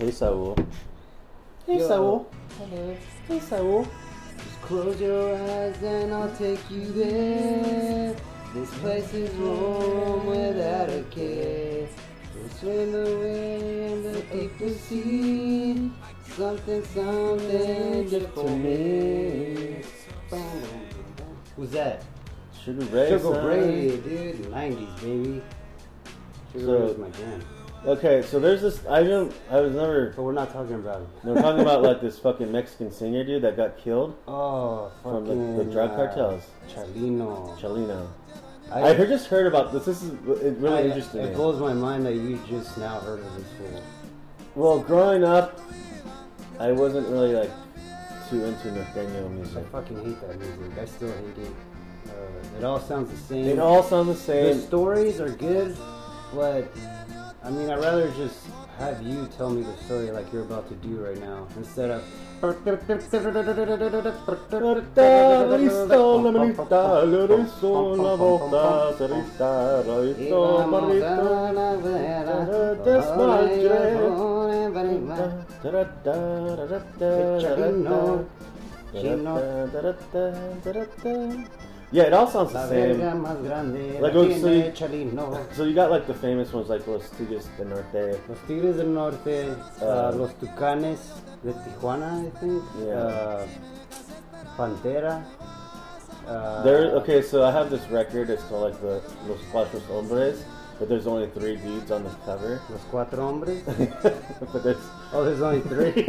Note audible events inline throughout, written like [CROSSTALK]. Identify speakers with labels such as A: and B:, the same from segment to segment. A: Esaú. Esaú. Esaú.
B: Just close your eyes and I'll take you there. This place is warm without a care. We'll swim away in the deeper sea. Something, something just for me. Who's that?
A: Sugar Ray.
B: Sugar
A: son.
B: Ray, dude. 90s, baby. Sugar
A: So-
B: Ray's my jam.
A: Okay, so there's this. I don't. I was never.
B: But we're not talking about him.
A: They're talking about like this fucking Mexican singer dude that got killed
B: Oh,
A: From the-
B: fucking,
A: the drug
B: uh,
A: cartels.
B: Chalino.
A: Chalino. I, heard, just heard about this. This is it really
B: I-
A: interesting.
B: It blows my mind that you just now heard of this fool.
A: Well, growing up, I wasn't really like too into Norteño
B: I
A: music.
B: fucking hate that music. I still hate it. Uh, it all sounds the same.
A: It all sound the
B: the
A: same.
B: stories are good, but I mean, I'd rather just have you tell me the story like you're about to do right now instead of.
A: ah. Yeah, it all sounds
B: La
A: the
B: verga
A: same.
B: más grande
A: Like,
B: la
A: oh, so
B: tiene
A: you-
B: Chalino.
A: So you got like the famous ones like Los Tigres del Norte.
B: Los Tigres del Norte,
A: Ah.
B: uh, Los Tucanes de Tijuana, I think.
A: Yeah.
B: Uh, Pantera. Uh,
A: There, okay, so I have this record. It's called like the Los Cuatro Hombres, but there's only three dudes on the cover. [LAUGHS]
B: Los Cuatro Hombres.
A: but there's, [LAUGHS]
B: Oh, there's only three.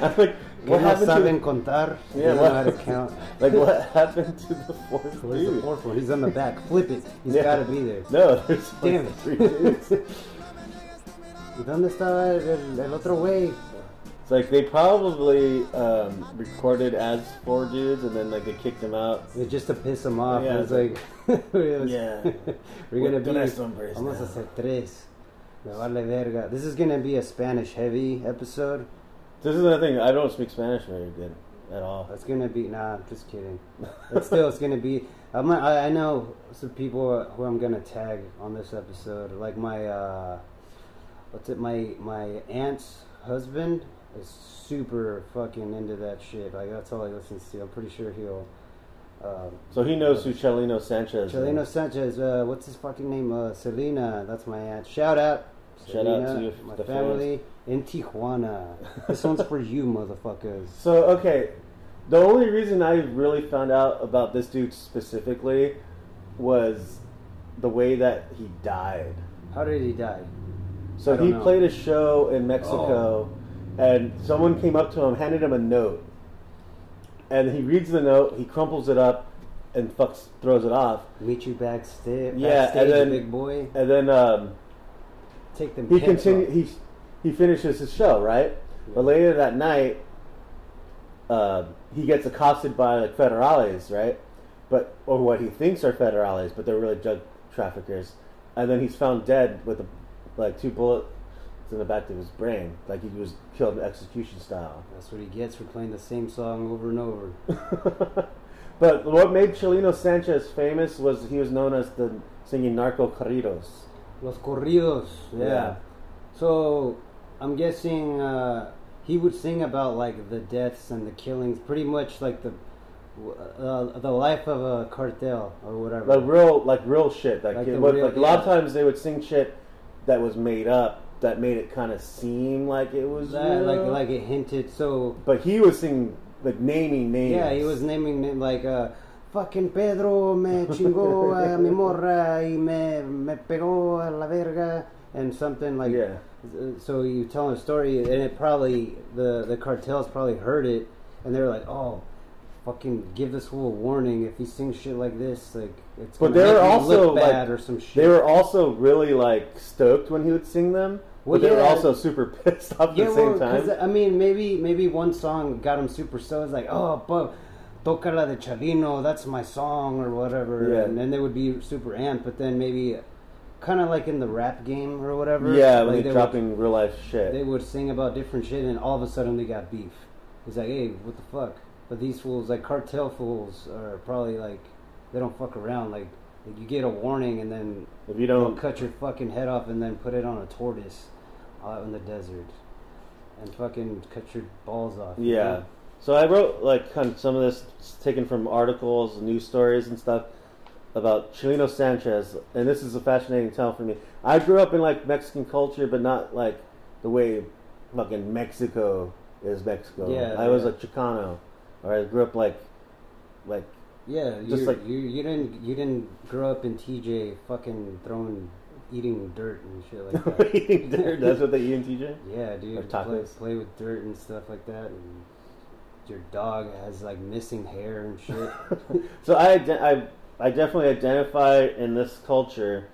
A: I'm like, what
B: What no
A: happened
B: saben
A: to,
B: contar. They
A: Yeah,
B: don't
A: what-
B: know how to count.
A: like what happened to the fourth
B: Where's the
A: dude?
B: fourth one? He's on the back. Flip it. He's
A: Yeah.
B: gotta be there.
A: No, there's only
B: Damn it.
A: three dudes.
B: ¿Y dónde estaba el, el- el otro güey?
A: It's like they probably um, recorded as four dudes, and then like they kicked him out.
B: It- Just to piss him off.
A: Yeah.
B: It's like, [LAUGHS] it was-
A: Yeah.
B: we're gonna be.
A: Tres hombres
B: Vamos a
A: now.
B: hacer tres. Me vale verga. This is gonna be a Spanish heavy episode.
A: This is the thing. I don't speak Spanish very good at all.
B: It's gonna be nah. I'm just kidding. It's still it's gonna be. I'm, I, I know some people who I'm gonna tag on this episode. Like my uh, what's it? My my aunt's husband is super fucking into that shit. Like that's all he listens to. I'm pretty sure he'll. Um,
A: So he knows who Chelino Sanchez.
B: Chelino
A: is.
B: Sanchez, uh, what's his fucking name? Uh, Selena, that's my aunt. Shout out.
A: Shout out to you,
B: my
A: the
B: family in Tijuana. This one's for you, motherfuckers.
A: So okay, the only reason I really found out about this dude specifically was the way that he died.
B: How did he die? I
A: So
B: don't
A: he
B: know. Oh.
A: played a show in Mexico, and someone came up to him, handed him a note, and he reads the note, he crumples it up, and fucks throws it off,
B: Meet you backstage,
A: Yeah, and
B: backstage
A: then-
B: big boy.
A: and then um,
B: Take them.
A: he
B: pants
A: continue
B: off.
A: he he finishes his show right but later that night uh, he gets accosted by like federales right but or what he thinks are federales but they're really drug traffickers and then he's found dead with a, like two bullets in the back of his brain like he was killed execution style
B: That's what he gets for playing the same song over and over.
A: but what made Chelino Sanchez famous was he was known as the singing narco corridos
B: Los corridos. Yeah.
A: Yeah.
B: So I'm guessing uh, he would sing about like the deaths and the killings, pretty much like the uh, the life of a cartel or whatever.
A: like real like real shit like,
B: Like
A: it
B: the
A: was-
B: real-
A: like a lot of
B: yeah.
A: times they would sing shit that was made up that made it kind of seem like it was
B: That, like
A: real.
B: like it hinted. So
A: but he was singing like naming names
B: yeah, he was naming it like uh, fucking
A: [LAUGHS]
B: Pedro me chingó a mi morra y me me pegó a la verga and something like
A: yeah
B: So you tell him a story, and it probably the the cartels probably heard it, and they were like, "Oh, fucking give this fool a warning if he sings shit like this, like it's
A: But
B: gonna
A: they
B: make
A: were
B: him
A: also,
B: look bad
A: like,
B: or some shit."
A: they were also really like stoked when he would sing them
B: Well,
A: but they were
B: yeah.
A: also super [LAUGHS] pissed off at
B: yeah,
A: the same
B: well, 'cause,
A: time
B: I mean, maybe maybe one song got him super so it's like, "Oh, but toca la de Chavino, that's my song or whatever,"
A: Yeah.
B: and then they would be super amped. But then maybe kind of like in the rap game or whatever,
A: yeah
B: like
A: when
B: they
A: they're
B: would
A: dropping real life shit
B: they would sing about different shit, and all of a sudden they got beef. It's like, hey, what the fuck? But these fools, like cartel fools, are probably like they don't fuck around. Like, like, you get a warning, and then
A: if you
B: they'll
A: don't
B: cut your fucking head off, and then put it on a tortoise out in the desert. and fucking cut your balls off. you
A: Yeah.
B: know?
A: So I wrote like kind of some of this taken from articles, news stories, and stuff about Chileno Sanchez, and this is a fascinating town for me. I grew up in like Mexican culture, but not like the way fucking Mexico is Mexico.
B: Yeah,
A: I was
B: yeah.
A: a Chicano, or I grew up like
B: [LAUGHS]
A: like [LAUGHS]
B: Yeah,
A: Just
B: you,
A: like-
B: you you didn't you didn't grow up in TJ fucking throwing eating dirt and shit like
A: [LAUGHS]
B: that.
A: eating dirt. That's what E they eat in TJ.
B: yeah, dude,
A: Or
B: play,
A: tacos.
B: play with dirt and stuff like that. And your dog has like missing hair
A: [LAUGHS]
B: and shit.
A: So I, ide- I, I definitely identify in this culture,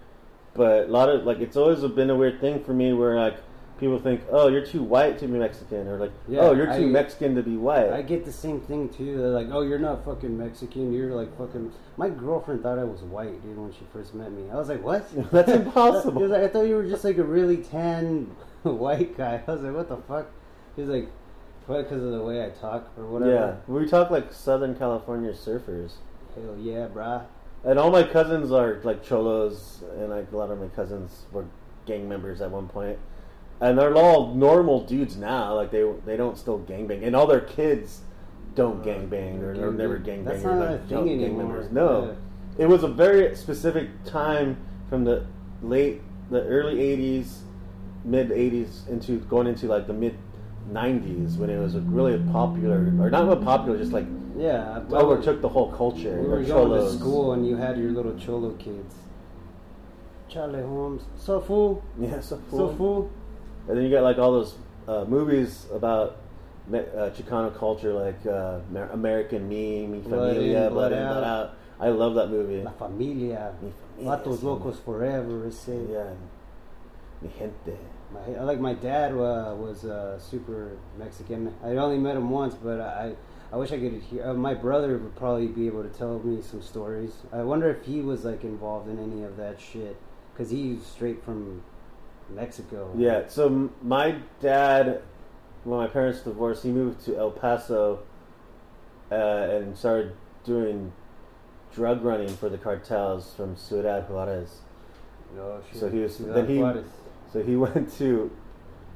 A: but a lot of like it's always been a weird thing for me where like people think, oh, you're too white to be Mexican, or like,
B: Yeah,
A: oh, you're too
B: I-
A: Mexican to be white.
B: I get the same thing too. They're like, oh, you're not fucking Mexican. You're like fucking. My girlfriend thought I was white, dude, when she first met me. I was like,
A: [LAUGHS]
B: what?
A: [LAUGHS] That's impossible.
B: [LAUGHS] She was like, I thought you were just like a really tan [LAUGHS] white guy. I was like, what the fuck? She was like, probably because of the way I talk or
A: yeah,
B: whatever.
A: we talk like Southern California surfers,
B: Hell yeah, brah.
A: and all my cousins are like cholos, and like a lot of my cousins were gang members at one point. And they're all normal dudes now. Like they they don't still gangbang, and all their kids don't
B: Uh,
A: gangbang or, or
B: gangbang.
A: never gangbang.
B: That's
A: or,
B: not
A: like,
B: a
A: don't
B: thing
A: gang
B: anymore.
A: members. No, it was a very specific time from the late the early 80s mid 80s into going into like the mid 90s when it was like, really popular or not really popular just like
B: Yeah. I-
A: overtook the whole culture
B: We were
A: the
B: going
A: cholos.
B: to school and you had your little cholo kids. Charlie Holmes. So fool.
A: yeah so
B: So
A: cool.
B: fool.
A: and then you got like all those uh, movies about Me- uh, Chicano culture like uh, Amer- American Me Mi
B: Blood In,
A: Familia
B: Blood
A: Blood In Blood
B: Out.
A: Out I love that movie
B: La familia.
A: Mi familia,
B: Vatos
A: sí.
B: locos forever. It's it.
A: yeah Mi gente
B: My, I like my dad uh, was uh, super Mexican. I only met him once, but I I wish I could hear. Uh, my brother would probably be able to tell me some stories. I wonder if he was like involved in any of that shit because he's straight from Mexico.
A: Yeah. So m- my dad, when my parents divorced, he moved to El Paso uh, and started doing drug running for the cartels from Ciudad Juarez.
B: Oh, shit.
A: So he was-
B: Ciudad
A: then he-
B: Juarez.
A: So he [LAUGHS] went to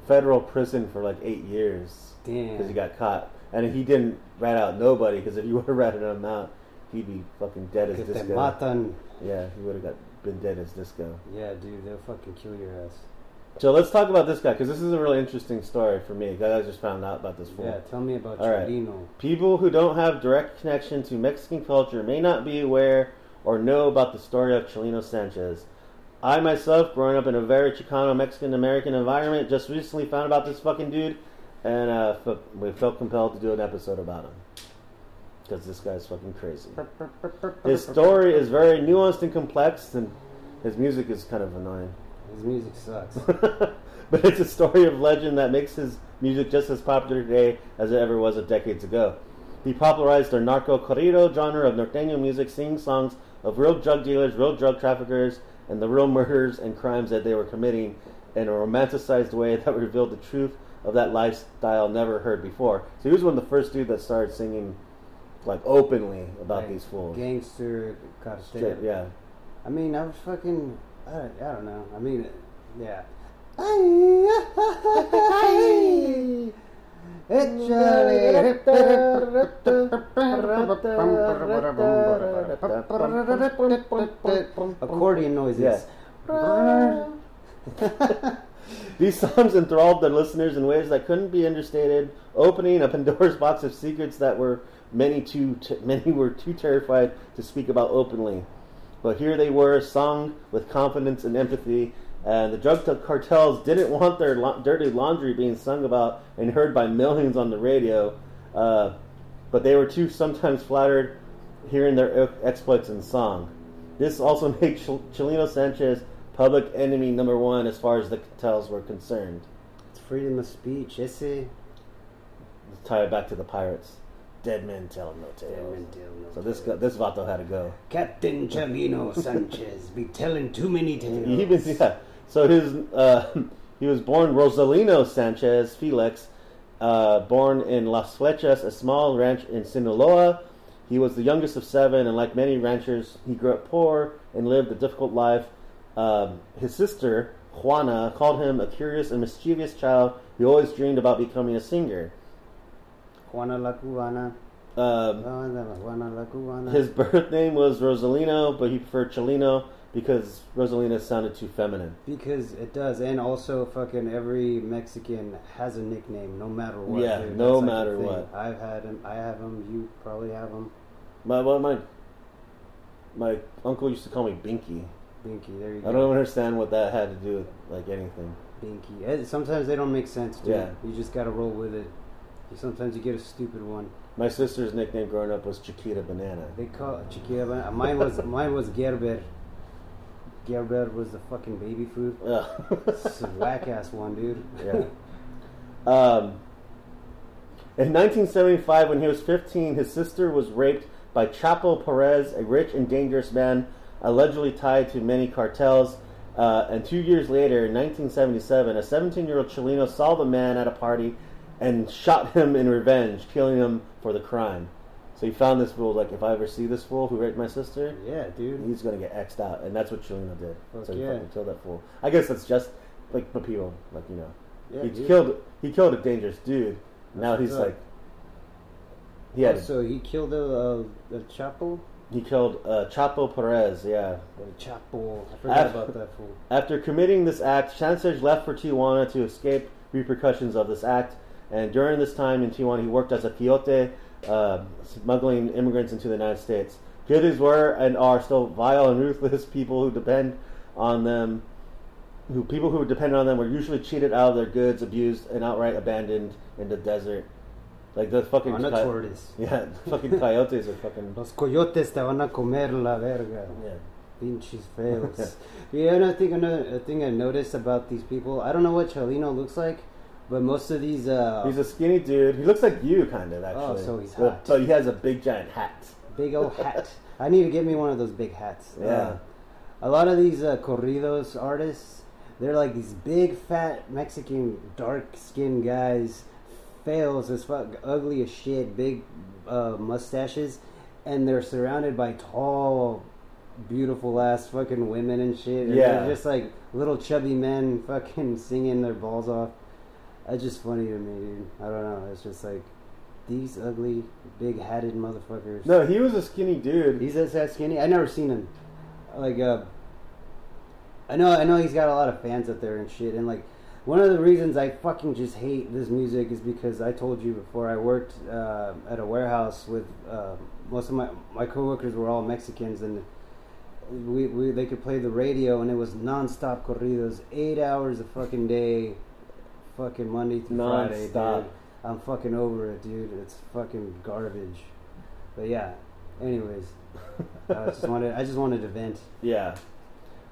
A: federal prison for like eight years because he
B: Damn.
A: got caught, and he didn't rat out nobody because if you [LAUGHS] would have ratted him out, he'd be fucking dead as
B: Que te
A: disco.
B: matan.
A: Yeah, he would have got been dead as disco.
B: Yeah, dude, they'll fucking kill your ass.
A: So let's talk about this guy because this is a really interesting story for me. 'cause I just found out about this fool.
B: Yeah, tell me about
A: All right.
B: Chorino.
A: People who don't have direct connection to Mexican culture may not be aware or know about the story of Chelino Sanchez. I myself, growing up in a very Chicano Mexican American environment, just recently found about this fucking dude, and uh, f- we felt compelled to do an episode about him because this guy's fucking crazy. His story is very nuanced and complex, and his music is kind of annoying.
B: His music sucks.
A: but it's a story of legend that makes his music just as popular today as it ever was a decades ago. He popularized the narco corrido genre of norteño music, singing songs of real drug dealers, real drug traffickers, and the real murders and crimes that they were committing in a romanticized way that revealed the truth of that lifestyle never heard before. So he was one of the first dude that started singing like openly [LAUGHS] about
B: Like,
A: these fools.
B: Gangster cartel.
A: Shit, yeah.
B: I mean, I was fucking. I, I don't know. I mean, yeah. Accordion noises.
A: These songs enthralled their listeners in ways that couldn't be understated, opening a [LAUGHS] Pandora's box of secrets that were many too t- many were too terrified to speak about openly. But here they were, sung with confidence and empathy. And the drug t- cartels didn't want their la- dirty laundry being sung about and heard by millions on the radio. Uh, but they were too sometimes flattered hearing their ex- exploits in song. This also [LAUGHS] made Chil- Chileno Sanchez public enemy number one as far as the cartels were concerned.
B: It's freedom of speech. Ese.
A: Let's tie it back to the pirates. Dead men tell no tales. So this guy, this vato had to go.
B: Captain Chalino Sanchez be telling too many tales.
A: [LAUGHS] He was yeah. So his uh, [LAUGHS] he was born Rosalino Sanchez Felix, uh, born in Las Flechas, a small ranch in Sinaloa. He was the youngest of seven, and like many ranchers, he grew up poor and lived a difficult life. Um, his sister Juana called him a curious and mischievous child He always dreamed about becoming a singer.
B: Juana la Cubana. Oh,
A: Um,
B: Juana la Cubana.
A: his [LAUGHS] birth name was Rosalino, but he preferred Chelino because Rosalina sounded too feminine.
B: because it does, and also fucking every Mexican has a nickname, no matter what.
A: Yeah,
B: dude.
A: no
B: That's, like,
A: matter
B: the thing.
A: what.
B: I've had him. I have him. You probably have him.
A: My well, my my uncle used to call me Binky.
B: Binky, there you
A: I
B: go.
A: don't understand what that had to do with like anything.
B: Binky. Eh, Sometimes they don't make sense, dude.
A: Yeah.
B: You just gotta roll with it. Sometimes you get a stupid one.
A: My sister's nickname growing up was Chiquita Banana.
B: They call it Chiquilla. Mine was [LAUGHS] mine was Gerber. Gerber was the fucking baby food. It's a
A: Ugh. [LAUGHS]
B: whack ass one, dude.
A: Yeah. Um, in 1975, when he was 15, his sister was raped by Chapo Perez, a rich and dangerous man allegedly tied to many cartels. Uh, and two years later, in 1977, a 17 year old Chileno saw the man at a party and shot him in revenge, killing him for the crime. So he found this fool, like, if I ever see this fool who raped my sister,
B: [LAUGHS] yeah, dude.
A: he's gonna get X'd out. And that's what Chileno did.
B: Fuck
A: so he
B: yeah.
A: fucking killed that fool. I guess that's just, like, the people, like, you know
B: Yeah,
A: he
B: dude.
A: killed he killed a dangerous dude. now
B: what's
A: he's
B: up.
A: like he had
B: So he killed the uh, the Chapo.
A: he killed uh, Chapo Perez. Yeah.
B: The Chapo. I forgot
A: Ah.
B: about that fool.
A: After committing this act, Sanchez left for Tijuana to escape repercussions of this act. And during this time in Tijuana, he worked as a quixote, uh, smuggling immigrants into the United States. Quixotes were and are still vile and ruthless [LAUGHS] people who depend on them. Who people who depend on them were usually cheated out of their goods, abused, and outright abandoned in the desert. Like the fucking
B: On a
A: coy-
B: tortoise.
A: [LAUGHS] Yeah, the fucking coyotes are
B: [LAUGHS]
A: fucking.
B: Los coyotes te van a comer la verga.
A: Yeah.
B: Pinches
A: [LAUGHS]
B: fails. yeah, and I think another a thing I noticed about these people. I don't know what Chalino looks like, but most of these uh,
A: He's a skinny dude. He looks like you, kind of actually.
B: Oh, so he's
A: Well,
B: hot.
A: But he has a big giant hat.
B: Big old hat. I need to get me one of those big hats. Uh,
A: Yeah.
B: a lot of these uh, corridos artists, they're like these big, fat Mexican, dark-skinned guys, fails as fuck, ugly as shit, big uh, mustaches, and they're surrounded by tall, beautiful ass fucking women and shit. And
A: Yeah.
B: they're just like little chubby men, fucking [LAUGHS] singing their balls off. That's just funny to me, dude. I don't know. It's just like these ugly, big-hatted motherfuckers.
A: No, he was a skinny dude.
B: He's just that skinny. I never seen him. Like, uh, I know, I know he's got a lot of fans out there and shit. And like, one of the reasons I fucking just hate this music is because I told you before I worked uh, at a warehouse with uh, most of my my coworkers were all Mexicans and. We, we they could play the radio and it was non-stop corridos, eight hours a fucking day, fucking Monday through Friday.
A: Non-stop.
B: dude. I'm fucking over it, dude. It's fucking garbage. But yeah. Anyways, I just wanted I just wanted to vent.
A: Yeah.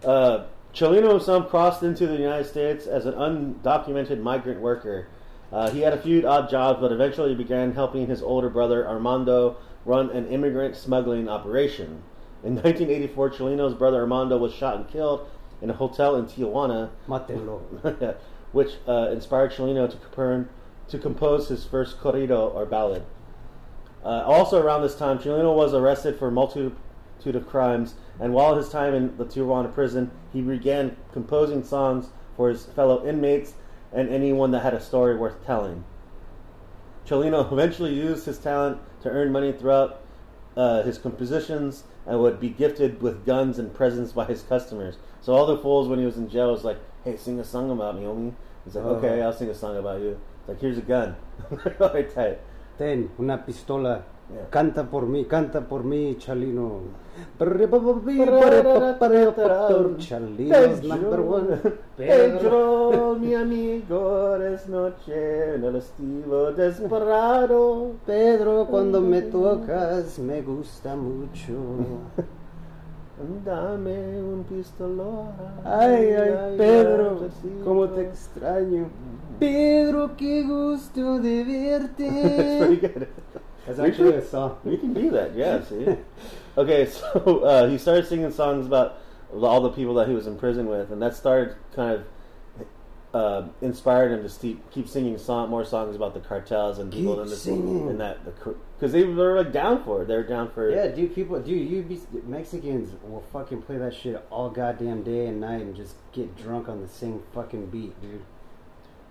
A: Uh, Chelino himself crossed into the United States as an undocumented migrant worker. Uh, he had a few odd jobs, but eventually began helping his older brother Armando run an immigrant smuggling operation. In 1984, Chelino's brother Armando was shot and killed in a hotel in Tijuana,
B: Matelo.
A: [LAUGHS] which uh, inspired Chelino to, compern, to compose his first corrido or ballad. Uh, also around this time, Chelino was arrested for a multitude of crimes, and while his time in the Tijuana prison, he began composing songs for his fellow inmates and anyone that had a story worth telling. Chelino eventually used his talent to earn money throughout uh, his compositions and would be gifted with guns and presents by his customers. So all the fools when he was in jail was like, "Hey, sing a song about me, homie." He's like,
B: Oh.
A: "Okay, I'll sing a song about you." It's like, "Here's a gun." [LAUGHS] all right, tight.
B: Ten, una pistola.
A: Yeah.
B: Canta por mí, canta por mí, Chalino. Chalino's number one.
A: Pedro, mi amigo, es noche en el estivo desperado.
B: Pedro, cuando me tocas, me gusta mucho.
A: Dame un pistolón.
B: Ay, ay, Pedro,
A: Jacinto.
B: cómo te extraño. Pedro, qué gusto de
A: That's pretty
B: verte.
A: good. [LAUGHS]
B: That's
A: We
B: actually
A: should-
B: a song.
A: We can do that, yeah, see? Okay, [LAUGHS] so uh, he started singing songs about all the people that he was in prison with, and that started kind of uh, inspired him to keep, keep singing song, more songs about the cartels and people
B: Keep
A: in, this,
B: singing.
A: in that. Because they were like down for it. They were down for
B: Yeah, dude, people, dude, you be, Mexicans will fucking play that shit all goddamn day and night and just get drunk on the same fucking beat, dude.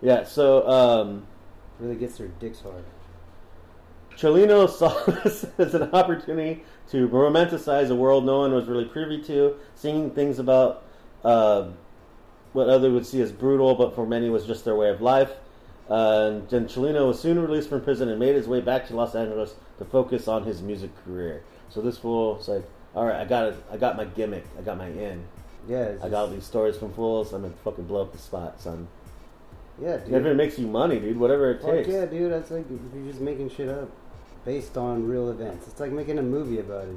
A: Yeah, so um,
B: Really gets their dicks hard.
A: Cholino [LAUGHS] saw this as an opportunity to romanticize a world no one was really privy to, singing things about uh, what others would see as brutal, but for many was just their way of life. Uh, and then Cholino was soon released from prison and made his way back to Los Angeles to focus on his music career. So this fool's like, all right, I got it. I got my gimmick. I got my in.
B: Yeah, it's
A: I got all
B: just-
A: these stories from fools. I'm gonna fucking blow up the spot, son.
B: Yeah, dude.
A: If it makes you money, dude, whatever it
B: Fuck
A: takes.
B: yeah, dude. That's like you're just making shit up based on real events. It's like making a movie about it.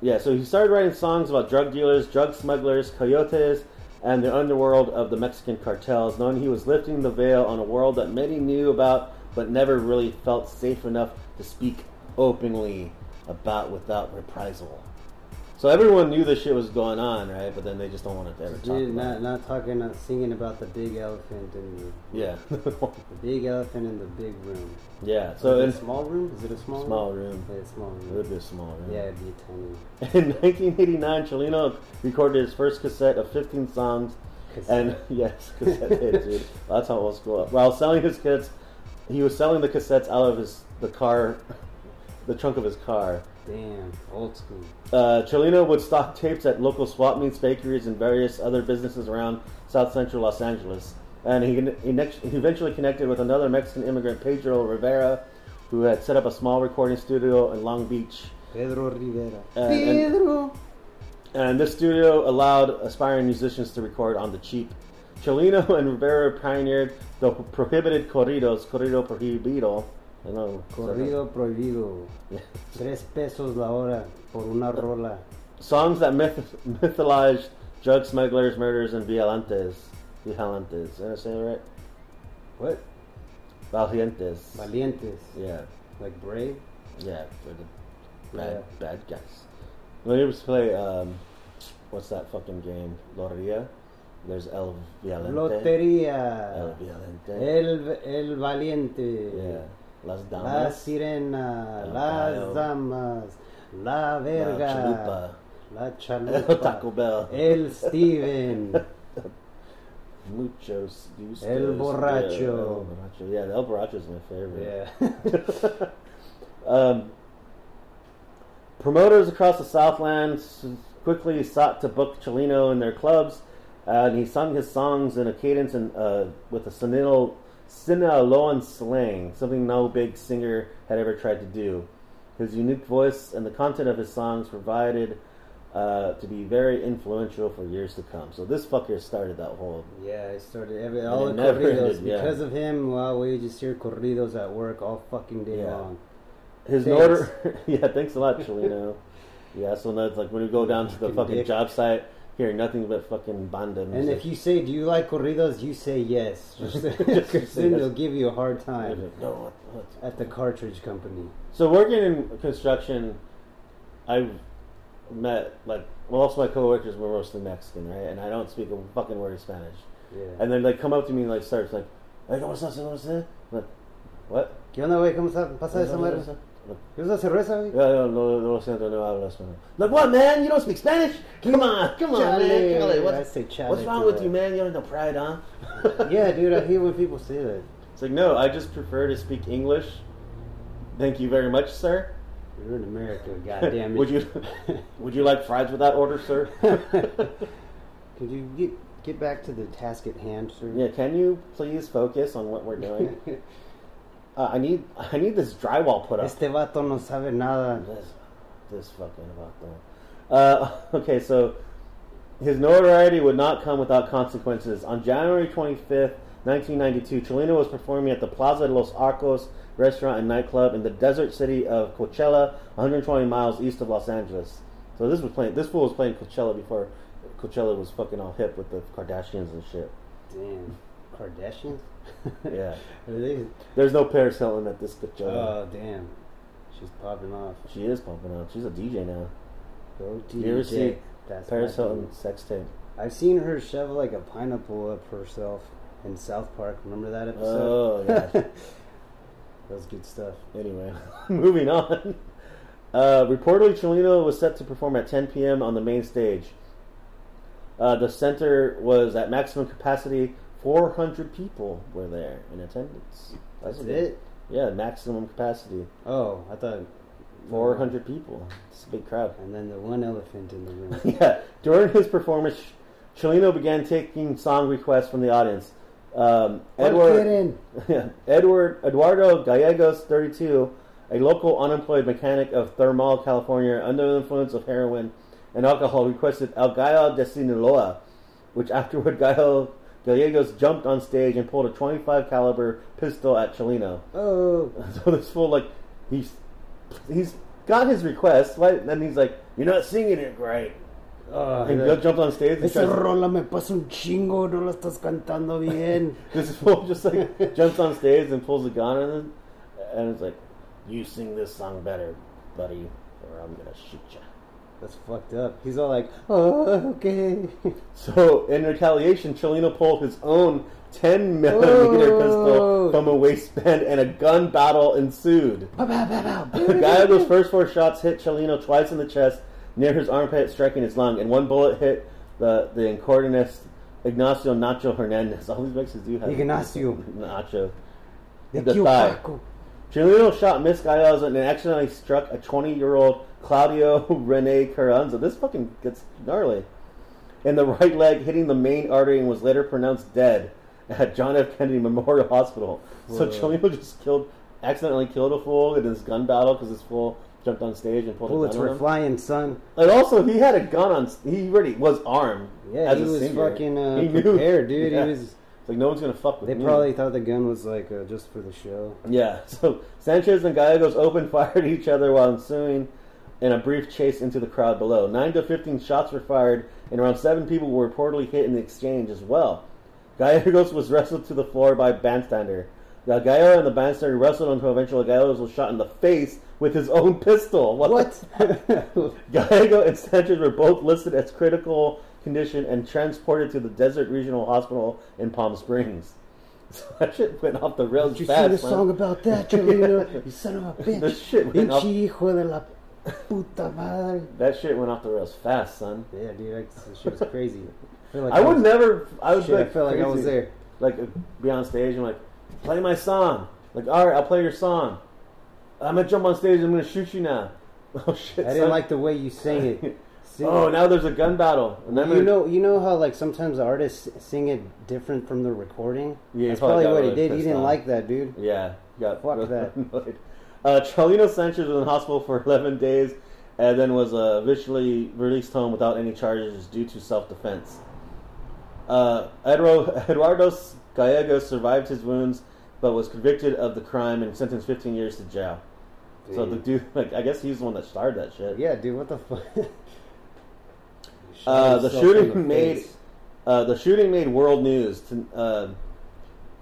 A: Yeah, so he started writing songs about drug dealers, drug smugglers, coyotes, and the underworld of the Mexican cartels, knowing he was lifting the veil on a world that many knew about but never really felt safe enough to speak openly about without reprisal. So everyone knew this shit was going on, right? But then they just don't want to ever talk
B: Dude,
A: about
B: not
A: it.
B: not talking, not singing about the big elephant in the,
A: Yeah.
B: [LAUGHS] the big elephant in the big room.
A: yeah,
B: So
A: so
B: is
A: in
B: it a small room? Is it a small?
A: small
B: room?
A: room.
B: Yeah, it's a small
A: It
B: room.
A: would be a small room.
B: Yeah, it'd be tiny.
A: [LAUGHS] In 1989, Cholino recorded his first cassette of 15 songs, and [LAUGHS] yes, cassette tape, dude. That's how old school. While selling his kids, he was selling the cassettes out of his the car, [LAUGHS] the trunk of his car.
B: Damn, old school.
A: Uh, Cholino would stock tapes at local swap meets, bakeries, and various other businesses around South Central Los Angeles. And he, he, next, he eventually connected with another Mexican immigrant, Pedro Rivera, who had set up a small recording studio in Long Beach.
B: Pedro Rivera.
A: Uh, and- And this studio allowed aspiring musicians to record on the cheap. Cholino [LAUGHS] and Rivera pioneered the prohibited corridos, corrido prohibido. I know.
B: Corrido prohibido. Tres pesos la hora por una rola.
A: Songs that myth- mytholized drug smugglers, murderers, and violantes. Violantes. Did I say it right?
B: What?
A: Valientes.
B: Valientes.
A: Pues. Yeah.
B: Like brave.
A: Yeah. They're the bad,
B: Yeah.
A: bad guys. When you just play, um, what's that fucking game? Loteria? There's El Violente. El
B: Lotería.
A: Violente.
B: El, el valiente.
A: Yeah. Ah, Las
B: La
A: damas.
B: sirena.
A: El gallo.
B: Las damas. La verga.
A: [LAUGHS]
B: La chalupa.
A: El Taco Bell. [LAUGHS]
B: El Steven.
A: Muchos gustos.
B: El borracho.
A: Yeah, El borracho. Yeah, El borracho is my favorite.
B: yeah.
A: um, promoters across the Southland s- quickly sought to book Chelino in their clubs, uh, and he sung his songs in a cadence and uh, with a Sinalo- Sinaloan slang, something no big singer had ever tried to do. His unique voice and the content of his songs provided uh, to be very influential for years to come. So this fucker started that whole
B: Yeah, I started every all the
A: it never
B: corridos
A: ended, [LAUGHS] yeah.
B: because of him. Wow, we just hear corridos at work all fucking day
A: Yeah.
B: long.
A: His
B: Thanks. [LAUGHS]
A: order, [LAUGHS] yeah, thanks a lot, Cholino. yeah, so that's like when we go down to the
B: Fucking
A: fucking
B: dick.
A: job site, hearing nothing but fucking banda music.
B: And if you say, "Do you like corridos?" you
A: [LAUGHS]
B: say yes. Just-
A: Just
B: [LAUGHS] Because
A: say
B: then
A: yes.
B: they'll give you a hard time
A: No, what- what-
B: at the cartridge company.
A: So working in construction, I met like most of my coworkers were mostly Mexican, right? And I don't speak a fucking word of Spanish.
B: Yeah.
A: And then like come up to me and like starts like, "Hey, ¿cómo estás? ¿Cómo estás?" I'm Like, what?
B: ¿Qué onda, güey? ¿Cómo está? ¿Pasa esa madre? ¿Qué una cerveza,
A: [LAUGHS]
B: güey?
A: Yeah, no, no, no, Santa, no hablo español. Like what, man? You don't speak Spanish? Come on, come on, man. Come on,
B: Chale.
A: what-
B: I say chale.
A: What's wrong
B: to
A: with
B: that.
A: you, man? You don't know pride, huh?
B: [LAUGHS] Yeah, dude, I hate when people say that.
A: It's like, no, I just prefer to speak English. Thank you very much, sir.
B: You're in America, goddamn it.
A: Would you- Would you like fries without order, sir?
B: [LAUGHS] Could you get get back to the task at hand, sir?
A: yeah, can you please focus on what we're
B: [LAUGHS]
A: doing? Uh, I need, I need this drywall put up.
B: este vato no sabe nada.
A: This, this fucking about that. Uh, [LAUGHS] okay, so his notoriety would not come without consequences. On January 25th, 1992, Chelino was performing at the Plaza de los Arcos restaurant and nightclub in the desert city of Coachella, 120 miles east of Los Angeles. So this was playing. This fool was playing Coachella before Coachella was fucking all hip with the Kardashians and shit.
B: Damn. Kardashians?
A: Yeah,
B: [LAUGHS] Are they?
A: there's no Paris Hilton at this Coachella.
B: Oh, damn. She's popping off.
A: she is pumping out. She's a DJ now.
B: Go
A: you ever see
B: DJ. That's
A: Paris
B: my
A: Hilton
B: dude.
A: sex tape.
B: I've seen her shove like a pineapple up herself in South Park. Remember that
A: Oh
B: [LAUGHS] episode?
A: yeah.
B: that was good stuff.
A: Anyway, [LAUGHS] moving on. Uh, reportedly, Cholino was set to perform at 10 p.m. on the main stage. Uh, the center was at maximum capacity, 400 people were there in attendance.
B: That's
A: a-
B: it.
A: Yeah, maximum capacity.
B: Oh, I thought
A: 400 people. It's a big crowd. [LAUGHS]
B: And then the one elephant in the [LAUGHS] room.
A: yeah. During his performance, Chelino began taking song requests from the audience. Um,
B: Edward.
A: Edward, [LAUGHS] Edward Eduardo Gallegos, 32, a local unemployed mechanic of Thermal, California, under the influence of heroin and alcohol, requested El Gallo de Sinaloa, which [LAUGHS] afterward Gallo Gallegos jumped on stage and pulled a 25 caliber pistol at Chelino.
B: Oh,
A: [LAUGHS] So this fool, like, he's he's got his request, right? And then he's like, "You're not singing it right."
B: oh
A: And Doug jumped on stage and
B: Esa
A: tries,
B: rola me pasa un chingo, no la estás cantando bien.
A: this fool just like jumps on stage and pulls a gun on him, and it's like, "You sing this song better, buddy, or I'm gonna shoot you."
B: [LAUGHS] That's fucked up. He's all like, oh, okay.
A: So in retaliation, Chelino pulled his own 10 millimeter
B: Oh.
A: pistol from a waistband, and a gun battle ensued.
B: [LAUGHS] Ba, ba, ba, ba.
A: Gallegos' first four shots hit Chelino twice in the chest, near his armpit, striking his lung, and one bullet hit the the incordianist Ignacio Nacho Hernandez. All these Mexicans do have
B: Ignacio.
A: Nacho.
B: De
A: The
B: Kio
A: thigh.
B: Paco.
A: Chelino shot Miss Gallegos and accidentally struck a 20 year old Claudio [LAUGHS] Rene Carranza. This fucking gets gnarly. In the right leg, hitting the main artery, and was later pronounced dead at John F. Kennedy Memorial Hospital. So
B: Whoa.
A: Chelino just killed, accidentally killed a fool in this gun battle because this fool jumped on stage and pulled
B: Bullets
A: a gun.
B: were
A: on him.
B: flying, son.
A: And also, he had a gun on. He already was armed.
B: Yeah,
A: as
B: he
A: a
B: was
A: singer.
B: fucking, uh,
A: [LAUGHS] He knew-
B: prepared, dude.
A: Yeah. Mm.
B: He was.
A: It's like no one's gonna fuck with
B: They
A: me.
B: probably thought the gun was like uh, just for the show.
A: Yeah, [LAUGHS] so Sanchez and Gallegos [LAUGHS] opened fire at each other while ensuing in a brief chase into the crowd below. Nine to fifteen shots were fired, and around seven people were reportedly hit in the exchange as well. [LAUGHS] Gallegos was wrestled to the floor by a bandstander. The Gallo and the bandstander wrestled until eventually Gallegos was shot in the face with his [LAUGHS] own pistol. What? [LAUGHS]
B: [LAUGHS]
A: Gallego and Sanchez were both listed as critical condition and transported to the Desert Regional Hospital in Palm Springs. [LAUGHS] So that shit went off the rails
B: Did you
A: fast.
B: sing the
A: man.
B: song about that, [LAUGHS] Cholino? you son of a bitch.
A: This shit went
B: Pinche
A: up-
B: hijo de la puta madre.
A: That shit went off the rails fast, son.
B: Yeah, dude, that this shit was crazy. I, feel like
A: I would never. I would
B: Shit,
A: like
B: I felt like I was
A: crazy.
B: there.
A: Like uh, be on stage and like play my song. Like all right, I'll play your song. I'm gonna jump on stage. I'm gonna shoot you now. [LAUGHS] Oh shit!
B: I
A: son.
B: didn't like the way you sang
A: [LAUGHS]
B: it. Sing-
A: Oh, now there's a gun battle. And then
B: you know, you know how like sometimes the artists sing it different from the recording.
A: Yeah, he
B: that's
A: probably
B: probably,
A: got
B: what he
A: really
B: did. He
A: pissed
B: didn't
A: off.
B: like that, dude.
A: Yeah, got [LAUGHS]
B: Fuck
A: real
B: that.
A: annoyed. Uh, Charlino Sanchez was in the hospital for [LAUGHS] 11 days and then was uh, visually released home without any charges due to self defense. Uh, Edro, [LAUGHS] Eduardo Gallegos survived his wounds but was convicted of the crime and sentenced 15 years to jail. So the dude, [LAUGHS] like, I guess he's the one that started that shit.
B: yeah, dude, what the [LAUGHS] fuck?
A: Uh, the
B: Shot himself in
A: shooting
B: the
A: made
B: face.
A: uh, the shooting made world news to, uh,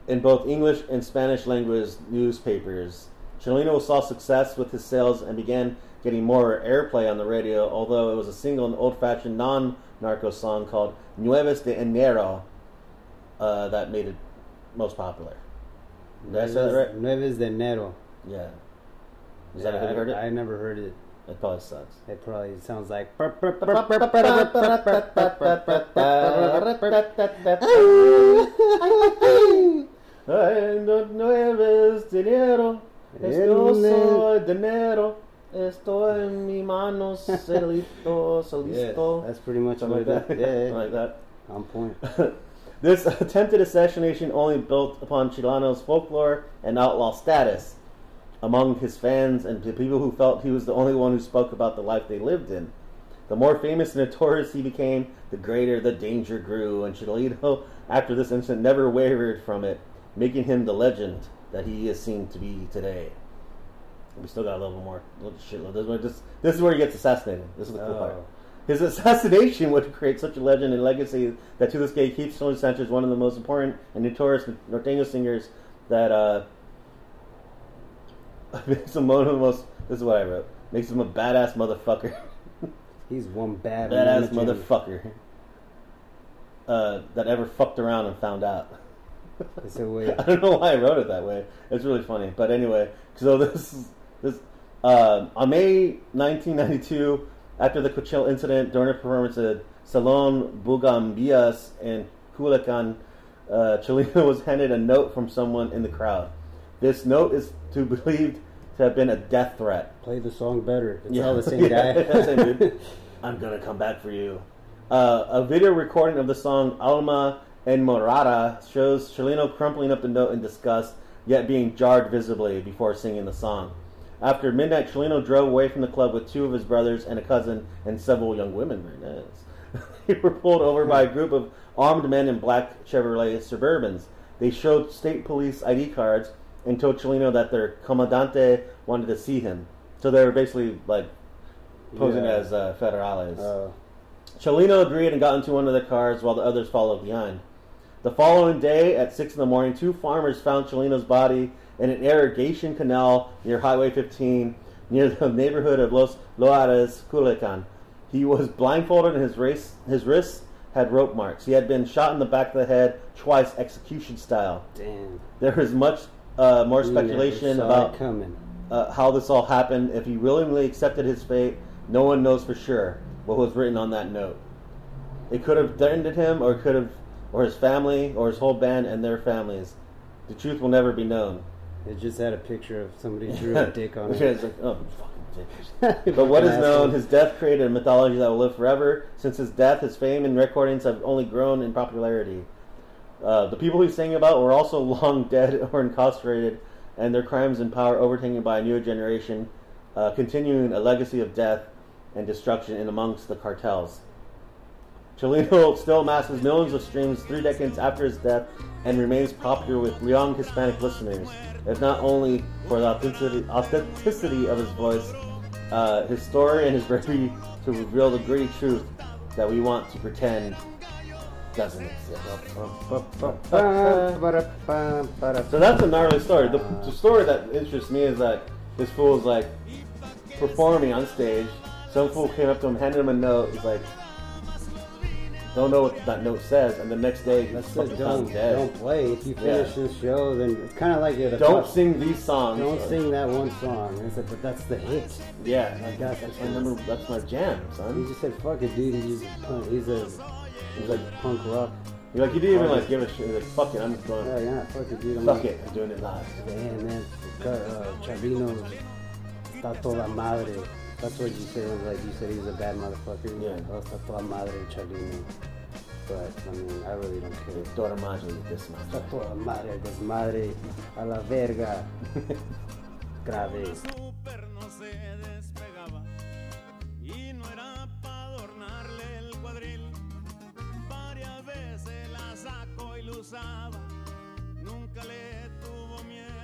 A: in both English and Spanish language newspapers. Chelino saw success with his sales and began getting more airplay on the radio, although it was a single and old-fashioned non-narco song called "Nueves de Enero" uh, that made it most popular. Did I say that right?
B: Nueves de Enero.
A: Yeah. Is
B: Yeah,
A: that have
B: I,
A: you heard it?
B: I never heard it.
A: That probably sucks.
B: [LAUGHS] It probably sounds like.
A: [LAUGHS] Ay, no nueves dinero, esto
B: El-
A: soy dinero, esto en mi mano, [LAUGHS] solito, solito.
B: that's pretty much what
A: Something
B: it is.
A: like that. [LAUGHS]
B: Yeah, yeah.
A: Like that.
B: on point.
A: This attempted assassination only built upon Chilano's folklore and outlaw status among his fans and the people who felt he was the only one who spoke about the life they lived in. The more famous and notorious he became, the greater the danger grew, and Chilano, after this incident, never wavered from it, making him the legend that he is seen to be today. We still got a little more little shitload. This is, where, this, this is where he gets assassinated. This is the cool part.
B: Oh.
A: His assassination would create such a legend and legacy that to this day keeps Tony Sanchez one of the most important and notorious norteño singers that uh, [LAUGHS] makes him one of the most. This is what I wrote. Makes him a badass motherfucker. [LAUGHS]
B: He's one bad
A: badass
B: man, Jimmy.
A: motherfucker. Uh, that ever fucked around and found out. [LAUGHS]
B: It's a way.
A: I don't know why I wrote it that way. It's really funny. But anyway, [LAUGHS] so this is- this um on May 1992, after the Coachella incident, during a performance at Salon Bugambias in Culiacan, uh, Chelina was handed a note from someone in the crowd. This note is to believed to have been a death threat.
B: Play the song better. It's
A: Yeah.
B: all
A: [LAUGHS]
B: the same guy.
A: Yeah, same
B: [LAUGHS]
A: dude. I'm gonna come back for you. Uh, a video recording of the song Alma and Morada shows Chelino crumpling up the note in disgust, yet being jarred visibly before singing the song. After midnight, Chelino drove away from the club with two of his brothers and a cousin and several young women. Very nice. [LAUGHS] they were pulled over by a group of armed men in black Chevrolet Suburbans. They showed state police ID cards and told Chelino that their comandante wanted to see him. So they were basically like posing
B: Yeah.
A: as uh, federales.
B: Uh,
A: Cholino agreed and got into one of the cars while the others followed behind. The following day, at 6 in the morning, two farmers found Cholino's body in an irrigation canal near Highway 15 near the neighborhood of Los Loares, Culiacan. He was blindfolded and his, race, his wrists had rope marks. He had been shot in the back of the head twice, execution style.
B: damn.
A: There is much uh, more
B: We never
A: speculation
B: saw
A: about
B: it coming.
A: uh, how this all happened. If he willingly accepted his fate, no one knows for sure what was written on that note. It could have ended him, or it could have, or his family, or his whole band and their families. The truth will never be known.
B: It just had a picture of
A: [LAUGHS]
B: somebody drew a dick on
A: Yeah,
B: it.
A: it's like, oh, fucking dick. [LAUGHS] but what is
B: Fucking
A: known,
B: asshole. [LAUGHS]
A: his death created a mythology that will live forever. Since his death, his fame and recordings have only grown in popularity. Uh, the people he sang about were also [LAUGHS] long dead or incarcerated, and their crimes and power overtaken by a new generation, uh, continuing a legacy of death and destruction in amongst the cartels. Cholino still masses millions of streams three decades after his death and remains popular with young Hispanic listeners, if not only for the authenticity, authenticity of his voice, uh, his story, and his [LAUGHS] bravery to reveal the gritty truth that we want to pretend doesn't exist. So that's a gnarly story. The, the story that interests me is that this fool is like performing on stage. Some fool came up to him, handed him a note. He's like, "Don't know what that note says." And the next day, he's
B: That's
A: fucking
B: it. Don't,
A: found dead.
B: don't play. If you finish
A: Yeah.
B: this show, then it's kind of like yeah, the
A: Don't
B: fuck-
A: sing these songs.
B: Don't sing that one song. And it's like, but that's the hit.
A: Yeah,
B: My God,
A: that's,
B: that's
A: my number. That's my jam,
B: He
A: son.
B: just said, "Fuck it, dude. He's a punk. He's a he's like punk rock."
A: You're like, you didn't even like give a shit. You're like, fuck it, I'm just
B: Yeah,
A: going.
B: you're not fucking dude. I'm
A: Fuck
B: like,
A: it, I'm doing it live.
B: Yeah, man. Uh, Chavino está toda madre. That's what you said. was Like you said, he was a bad motherfucker.
A: Yeah.
B: Oh, está toda madre, Chavino. But I mean, I really don't care.
A: Daughter Major, this much.
B: Está toda madre, desmadre, a la verga. Grave.
C: súper no se despegaba y no era para adornarle el cuadril. Varias veces la sacó y lo usaba, nunca le tuvo miedo.